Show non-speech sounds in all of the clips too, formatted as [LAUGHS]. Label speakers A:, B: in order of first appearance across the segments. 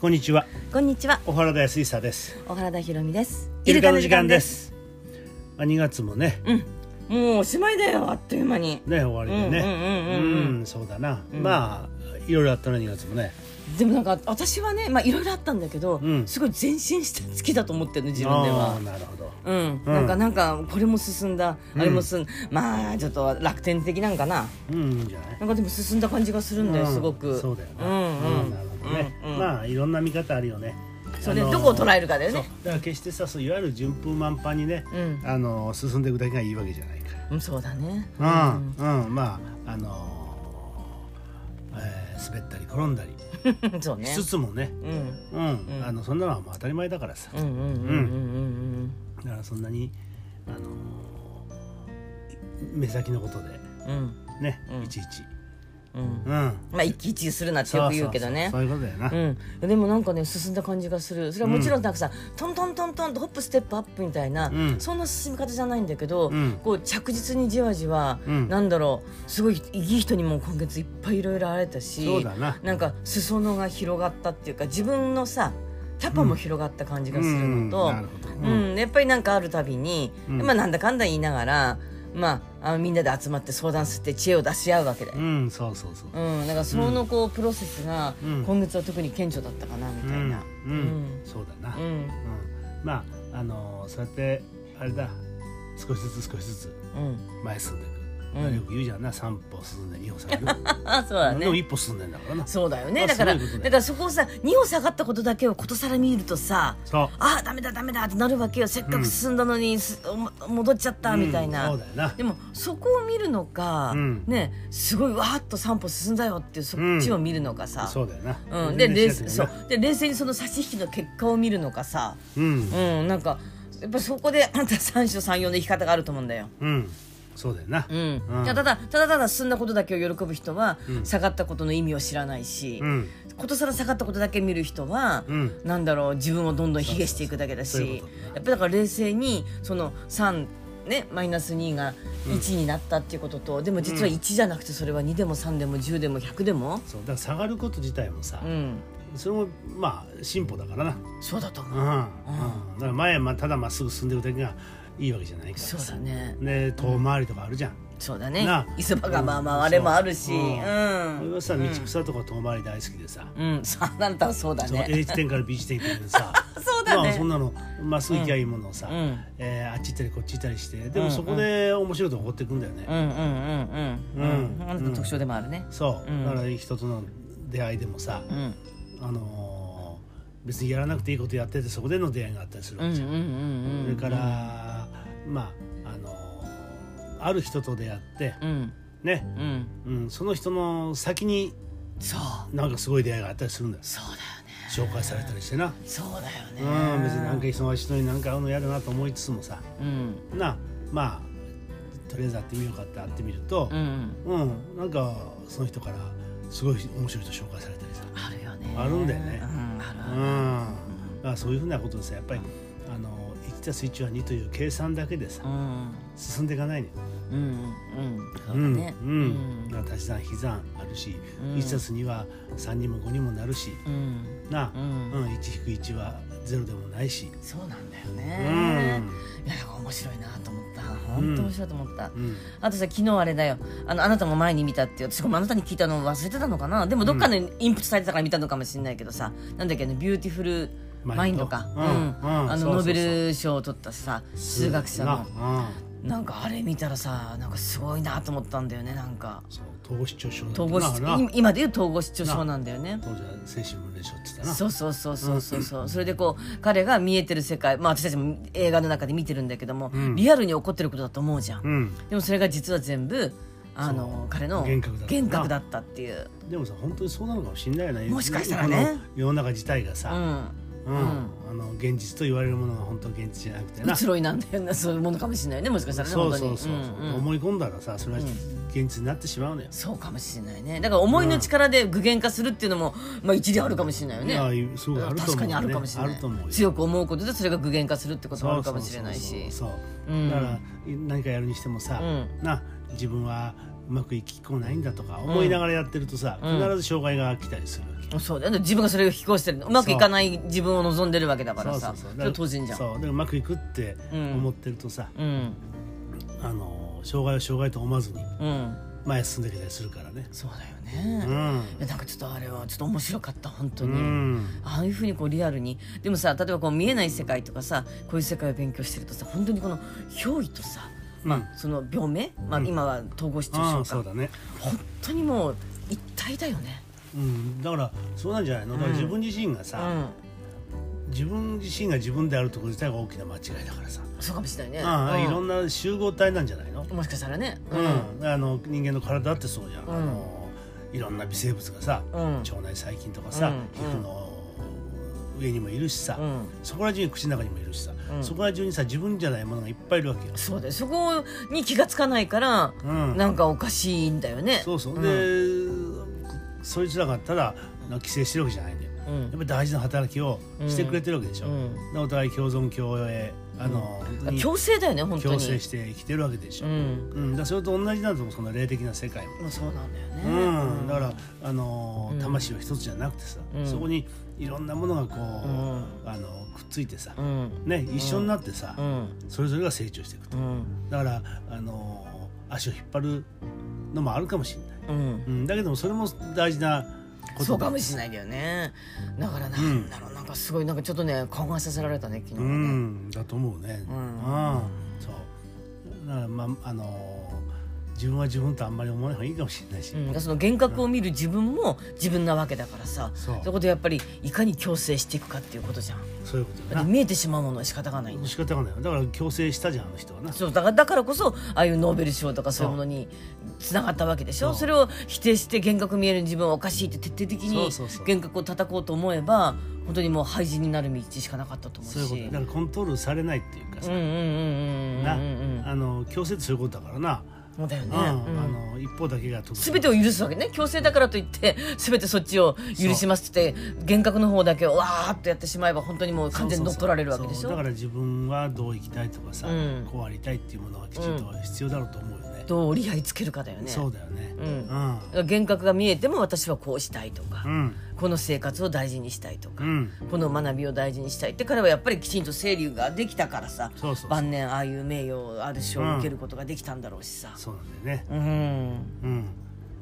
A: こんにちは
B: こんにちは、
A: 小原田康久です
B: 小原田裕美です。
A: イルカの時間で。すまあ2月もね
B: うん、もうおしまいだよ、あっという間に。
A: ね終わりでねう
B: うんうんうんうんうん
A: んそうだなまあいろいろあったな2月もね
B: でもなんか私はねまあいろいろあったんだけど、
A: うん
B: すごい前進した月だと思ってるの自分で
A: あ
B: は
A: あ。なるほど
B: うん、
A: うん
B: なんかなんかこれも進んだ、
A: うん
B: あれも進んまあちょっと楽天的なんかな
A: うんいいんじゃない
B: なんかでも進んだ感じがするんだよ、
A: うん
B: すごく
A: そうだよ
B: う
A: なん
B: うん、
A: うんなるほどね
B: うんうん
A: まあいろんな見方あるよね
B: それ
A: あの
B: どこを捉えるかだよ
A: そう
B: ね
A: だから決してさそういわゆる順風満帆にね
B: うん
A: あの進んでいくだけがいいわけじゃないから
B: うんそうだね [LAUGHS]
A: うん、うん、まああのーえー滑ったり転んだり
B: うんそうね
A: しつつもね、
B: うん
A: うん、
B: うん
A: あのそんなのはもう当たり前だからさ、
B: うんうんうんうんうん
A: だからそんなにあのー目先のことで
B: うんうん
A: ね、
B: うん
A: いちいち、
B: うん
A: うん、
B: まあ一喜一憂するなってよく言うけどね
A: そうそうそうそういうことだよな、
B: うん、でもなんかね進んだ感じがするそれはもちろんなんかさ、トントントントンとホップステップアップみたいな、
A: うん
B: そんな進み方じゃないんだけど、
A: うん
B: こう着実にじわじわ、
A: うん
B: なんだろうすごいいい人にも今月いっぱいいろいろ会えたし
A: そうだな
B: なんか裾野が広がったっていうか自分のさキャパも広がった感じがするの
A: う
B: と、
A: んなるほど、う
B: うん、やっぱりなんかあるたびに、
A: うん
B: まあなんだかんだ言いながら、まあ、あのみんなで集まって相談して知恵を出し合うわけだよ
A: んうんそうそうそう、
B: うん、だからそのこうプロセスが
A: うん
B: 今月は特に顕著だったかなみたいな。
A: うんうんそうだな、
B: う
A: うん
B: ん
A: まああのーそうやってあれだ少しずつ少しずつ
B: うん
A: 前進んでいく、
B: うん
A: よく言うじゃんな三歩進んで二歩下がる
B: [LAUGHS] あ [LAUGHS] そうだ
A: でも
B: ね
A: 一歩進んでんだからなそ
B: そうだよね
A: あ
B: だから
A: そういうこと
B: だ
A: だよ
B: からそこをさ2歩下がったことだけをことさら見るとさ
A: う
B: あダメだダメだってなるわけよせっかく進んだのにすも戻っちゃったみたいな、
A: うんそうだよな
B: でもそこを見るのか、
A: うん
B: ねすごいわーっと3歩進んだよっていうそっちを見るのかさ、
A: そうだよな、
B: うん、で冷
A: 静
B: 静そうで冷静にその差し引きの結果を見るのかさ、
A: うん
B: うん、なんかやっぱそこであんた三種三様の生き方があると思うんだよ。
A: うんそうだよな
B: うん
A: うん
B: ただただただただ進んだことだけを喜ぶ人は、
A: うん
B: 下がったことの意味を知らないし、
A: うん
B: ことさら下がったことだけ見る人は、
A: うん
B: なんだろう自分をどんどん卑下していくだけだ
A: そうそうそう
B: し
A: そういうことだ
B: やっぱりだから冷静にその3ねマイナス2が1になったっていうことと、でも実は1じゃなくてそれは2でも3でも10でも100でも、
A: そうだから下がること自体もさ、
B: うん、
A: それもまあ進歩だからな
B: そうだと
A: う
B: 思う。
A: ん、うんだから前はまあただまっすぐ進んでいくだけがいいわけじゃないから
B: そう
A: さ
B: だね
A: ね遠回りとかあるじゃん、
B: そうだね
A: なあ
B: 磯場がまあまああれもあるし、
A: そう
B: う
A: うん
B: ん
A: 俺はさ道草とか遠回り大好きでさ、
B: うん、 [LAUGHS] そうあなたはそうだ
A: その
B: ね。
A: A 地点から B 地点行くのさ
B: [LAUGHS] そうだ
A: まあ、そん
B: ね。
A: なのまっすぐ行きゃいいものをさ、
B: うん
A: えーあっち行ったりこっち行ったりしてで
B: うん
A: もそこで面白いとこ起こっていくんだよね、
B: うんうんうんうん。う
A: うん
B: ん。あなたの特徴でもあるね。
A: そう、
B: うん
A: だから人との出会いでもさ、
B: うん。
A: あのー別にやらなくていいことやっててそこでの出会いがあったりする
B: う
A: わ
B: んうん
A: け
B: う
A: じゃん、
B: んうん。
A: それからまああのーある人と出会って
B: うん
A: ね、
B: うん。
A: うん、その人の先に
B: そう
A: なんかすごい出会いがあったりするんだよ
B: そうだよね。
A: 紹介されたりしてな、
B: そうだよね。
A: うん、別になんか忙しいのになんか会うの嫌だなと思いつつもさ
B: うん
A: なまあとりあえず会ってみようかって会ってみると
B: う、ん。
A: うんなんかその人からすごい面白い人紹介されたりさ、
B: あるよね。
A: あるんだよね
B: うんある
A: う
B: ある。
A: んまあ、そういうふうなことでさやっぱりあの1たす1は2という計算だけでさ
B: うん
A: 進んでいかないね。
B: うんうん。そうだ
A: うん
B: ね。
A: う
B: うんん
A: だから足し算引き算あるし、
B: うん
A: 1たす2は3にも5にもなるし
B: うん
A: な、
B: う
A: うんん1引く1は0でもないし。
B: そうなんだよ
A: う
B: ね。
A: ん
B: いやなんか面白いなと思った。本当面白いと思った。
A: うん
B: あとさ昨日あれだよあのあなたも前に見たって私ごめんあなたに聞いたの忘れてたのかなでもどっかでインプットされてたから見たのかもしれないけどさ、なんだっけねビューティフルマインドか、
A: マインドうんうん
B: あ
A: そうそう
B: のノー
A: そう
B: ベル賞を取ったさ数学者
A: な
B: の
A: うん
B: なんかあれ見たらさなんかすごいなと思ったんだよねなんか
A: そう統合失調症だった
B: 統合失
A: な
B: 今今でいう統合失調症なんだよね
A: 当時は精神分裂症って言ってたな
B: そうそうそうそうそうそう、それでこう彼が見えてる世界まあ私たちも映画の中で見てるんだけども、
A: ん
B: リアルに起こってることだと思うじゃん
A: うん
B: でもそれが実は全部あの彼の
A: 幻覚だったな
B: 幻覚だったっていう、
A: でもさ本当にそうなのかもしれないよね
B: もしかしたらね
A: あの世の中自体が
B: う
A: さ、
B: ん、
A: うんあの現実と言われるものが本当は現実じゃなくてな
B: 移ろいなんだよなそういうものかもしれないねもしかしたらね
A: そう
B: 本当
A: そ
B: に
A: うそう、
B: うんうん
A: 思い込んだらさそれは現実になってしまうのよ、
B: そうかもしれないねだから思いの力で具現化するっていうのも、まあ一理あるかもしれないよ
A: い
B: ね
A: やすごいあると思う、ね、
B: 確かにあるかもしれない
A: あると思うよ
B: 強く思うことでそれが具現化するってこともあるかもしれないし
A: そうそうそうそう
B: うん
A: だから何かやるにしてもさ、
B: う
A: な自分はうまくいきっこないんだとか思いながらやってるとさ、
B: うん
A: 必ず障害が来たりする。
B: そうだよね自分がそれを引き越してるうまくいかない自分を望んでるわけだからさそ
A: だ
B: れ
A: から
B: は当然じゃん
A: そうでうまくいくって
B: うん
A: 思ってるとさ、
B: うん
A: あの障害を障害と思わずに
B: うん
A: 前へ進んできたりするからね。
B: そうだよね、
A: う
B: い
A: ん。
B: やなんかちょっとあれはちょっと面白かった本当に、
A: うん
B: ああいうふうにこうリアルにでもさ例えばこう見えない世界とかさこういう世界を勉強してるとさ本当にこの憑依とさ
A: ま
B: その病名、まあ、
A: うん
B: 今は統合失調
A: あ
B: 症
A: あそう
B: か、
A: だね。
B: 本当にもう一体だよね
A: うん、だからそうなんじゃないのだから
B: うん
A: 自分自身が
B: う
A: さ、
B: ん
A: 自分自身が自分であるところ自体が大きな間違いだからさ、
B: そうかもしれないね
A: ああ
B: うん
A: いろんな集合体なんじゃないの、
B: もしかしたらね
A: うんあの人間の体だってそうじゃん、
B: うん
A: あのいろんな微生物がさ、
B: うん
A: 腸内細菌とかさ、
B: うん
A: 皮膚の上にもいるしさ、
B: うん
A: そこら中に口の中にもいるしさ、
B: うん
A: そこら中にさ自分じゃないものがいっぱいいるわけよ。
B: そうだよそこに気がつかないから、
A: うん
B: なんかおかしいんだよね
A: そうそう、
B: ん
A: でそいつらがただなんか寄生してるわけじゃないんだよ。
B: う
A: やっぱ
B: ん
A: り大事な働きをしてくれてるわけでしょ。
B: うん
A: お互い共存共栄あの、本当
B: 強制だよね本
A: に
B: 当に
A: 共生して生きてるわけでしょ、
B: う
A: うん
B: ん
A: だからそれと同じなんだと思うその霊的な世界も、
B: まあそうなんだよね、
A: うんだからあの
B: うん
A: 魂は一つじゃなくてさ、
B: うん
A: そこにいろんなものがこう、
B: うん
A: あのくっついてさ、
B: うん
A: ね、一緒になってさ、
B: うん
A: それぞれが成長していくと
B: うん
A: だからあの足を引っ張るのもあるかもしれない、
B: うん
A: うん、だけどもそれも大事なこと
B: そうかも
A: し
B: しれないだよねだからなんだろう、なんかすごいなんかちょっとね考えさせられたね昨日
A: う
B: ね、
A: んだと思うね、
B: うん
A: そうだからまああのー自分は自分とあんまり思わない方がいいかもしれないし、
B: うん、その幻覚を見る自分も自分なわけだからさ
A: そう
B: そこでやっぱりいかに矯正していくかっていうことじゃん
A: そういうこと
B: だっ
A: だ
B: て
A: な
B: 見えてしまうものは仕方がないんだ
A: 仕方がないよだから強制したじゃんあの人はな
B: そうだからだからこそああいうノーベル賞とかそういうものにつながったわけでしょ
A: そう
B: それを否定して幻覚見える自分はおかしいって徹底的
A: そ
B: に
A: うそうそう
B: 幻覚を叩こうと思えば本当にもう廃人になる道しかなかったと思う
A: そういうこと
B: し
A: だからコントロールされないっていうか
B: う
A: さ、
B: んうんうんうんうん
A: な、
B: うんうん
A: あの強制ってそういうことだからな、
B: そうだよ
A: うん
B: ね、うん
A: あの一方だけが得
B: 全てを許すわけね強制だからといって [LAUGHS] 全てそっちを許しますって言って幻覚の方だけをわーっとやってしまえば本当にもう完全に乗っ取られるわけで
A: そ
B: し
A: うそうそう
B: ょ
A: だから自分はどう生きたいとかさ、
B: うん
A: こうありたいっていうものはきちんと必要だろうと思うよね、
B: どう折り合いつけるかだよね
A: そうだよね
B: うん
A: うん
B: だから幻覚が見えても私はこうしたいとか、
A: うん
B: この生活を大事にしたいとか、
A: うん
B: この学びを大事にしたいって彼はやっぱりきちんと整理ができたからさ
A: そうそうそう
B: 晩年ああいう名誉ある賞を受けることができたんだろうしさ
A: そうなんだよね
B: うん、
A: うん、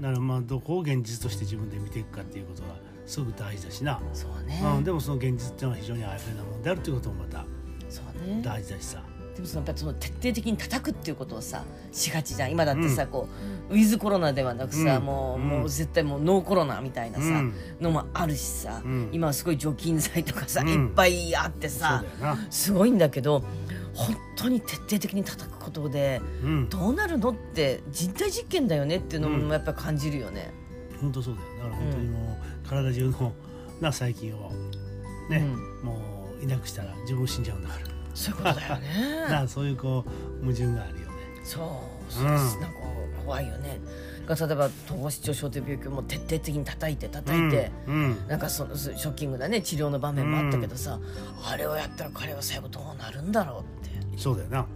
A: だからまあどこを現実として自分で見ていくかっていうことはすごく大事だしな、
B: そうね、
A: うん、でもその現実っていうのは非常にあやふやなものであるっていうこともまた
B: そうね
A: 大事だしさ、
B: でもそのやっぱりその徹底的に叩くっていうことをさしがちじゃん今だってさ、こうウィズコロナではなくさ、
A: うん
B: もう、
A: うん
B: もう絶対もうノーコロナみたいなさ、
A: うん
B: のもあるしさ、
A: うん
B: 今はすごい除菌剤とかさ、
A: うん
B: いっぱいあってさ
A: そうだよな
B: すごいんだけど本当に徹底的に叩くことで
A: うん
B: どうなるのって人体実験だよねっていうの
A: うん
B: もやっぱり感じるよね。
A: 本当そうだよだから本当にもう体中のな細菌をね、もういなくしたら自分も死んじゃうんだか
B: そういうことだよ
A: ら、 [LAUGHS]
B: ね。
A: なそういうこう矛盾があるよね
B: そう、
A: うん
B: なんか怖いよね。が例えば統合失調症という病気をもう徹底的に叩いて叩いて。
A: うんうん
B: なんかそのすショッキングなね治療の場面もあったけどさ、あれをやったら彼は最後どうなるんだろうって
A: そうだよな、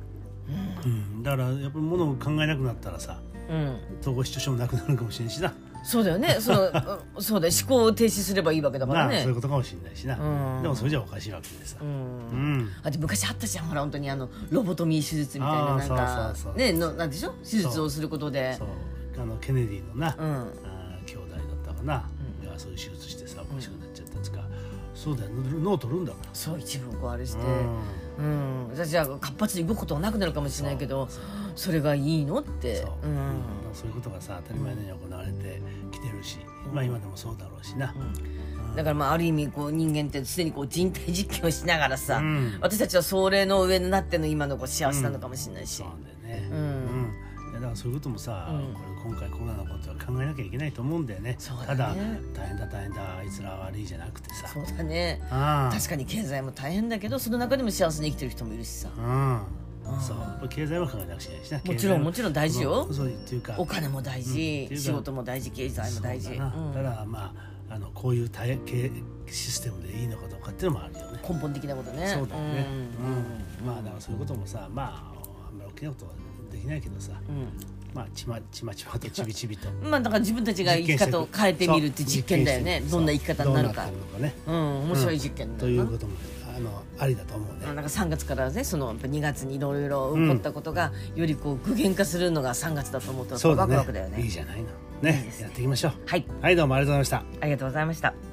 A: うん、だからやっぱりものを考えなくなったらさ
B: うん
A: 統合失調症もなくなるかもしれんしな
B: そうだ
A: [LAUGHS]
B: よねそのうんそうだよ思考を停止すればいいわけだから
A: なあ
B: ね
A: そういうことかもしれないしな、
B: うん
A: でもそれじゃおかしいわけでさ、
B: うん
A: うん
B: あで昔あったじゃんほら本当にあのロボトミー手術みたいな
A: あ
B: なん
A: ー
B: か
A: そうそうそう
B: ねのなんでしょ手術をすることで
A: そうあのケネディのな、
B: う
A: あ
B: ん
A: ー兄弟だったかな、がそういう手術してさおかしくなっちゃったやつか、そうだよ脳取るんだから
B: そう一部をこうあれして
A: うん
B: うん私は活発に動くことはなくなるかもしれないけどそれがいいのって
A: そう,、
B: うん
A: そういうことがさ当たり前のように行われてきてるし、まあ今でもそうだろうしな、
B: だからまあある意味こう人間って常にこう人体実験をしながらさ、
A: うん
B: 私たちはそれの上になっての今のこう幸せなのかもしれないし、
A: そうなんだよね、
B: うん
A: うんいやだからそういうこともさ、
B: うん
A: これ今回コロナのことは考えなきゃいけないと思うんだよね
B: そう
A: た
B: だね
A: だ大変だ大変だあいつらは悪いじゃなくてさ
B: そうだね
A: ああ
B: 確かに経済も大変だけどその中でも幸せに生きてる人もいるしさ
A: うん、そうやっぱ経済は考えなくちゃいけないしな
B: もちろんもちろん大事よ
A: そうそうっていうか
B: お金も大事、
A: うん
B: 仕事も大事経済も大事、
A: そうだな
B: うん
A: ただまああのこういう体系システムでいいのかどうかっていうのもあるよね
B: 根本的なことね
A: そうだよね
B: う
A: うん
B: ん
A: まあだからそういうこともさまああんまり大きなことはできないけどさ
B: うん
A: まあちまちまち
B: [LAUGHS]
A: まとちびちびと
B: まあだから自分たちが生き方を変えてみるって実験だよね
A: そう
B: どんな生き方になるか
A: どうってのね
B: うん面白い実験だ
A: と
B: よ
A: い
B: な、
A: うこともあのありだと思うね
B: なんか3月からねそのやっぱ2月にいろいろ起こったことが、よりこう具現化するのが3月だと思うとやっぱ
A: そうだ
B: ワク
A: ね
B: ワクだよね
A: いいじゃないのね
B: いいですね
A: やっていきましょう
B: はい
A: はいどうもありがとうございました
B: ありがとうございました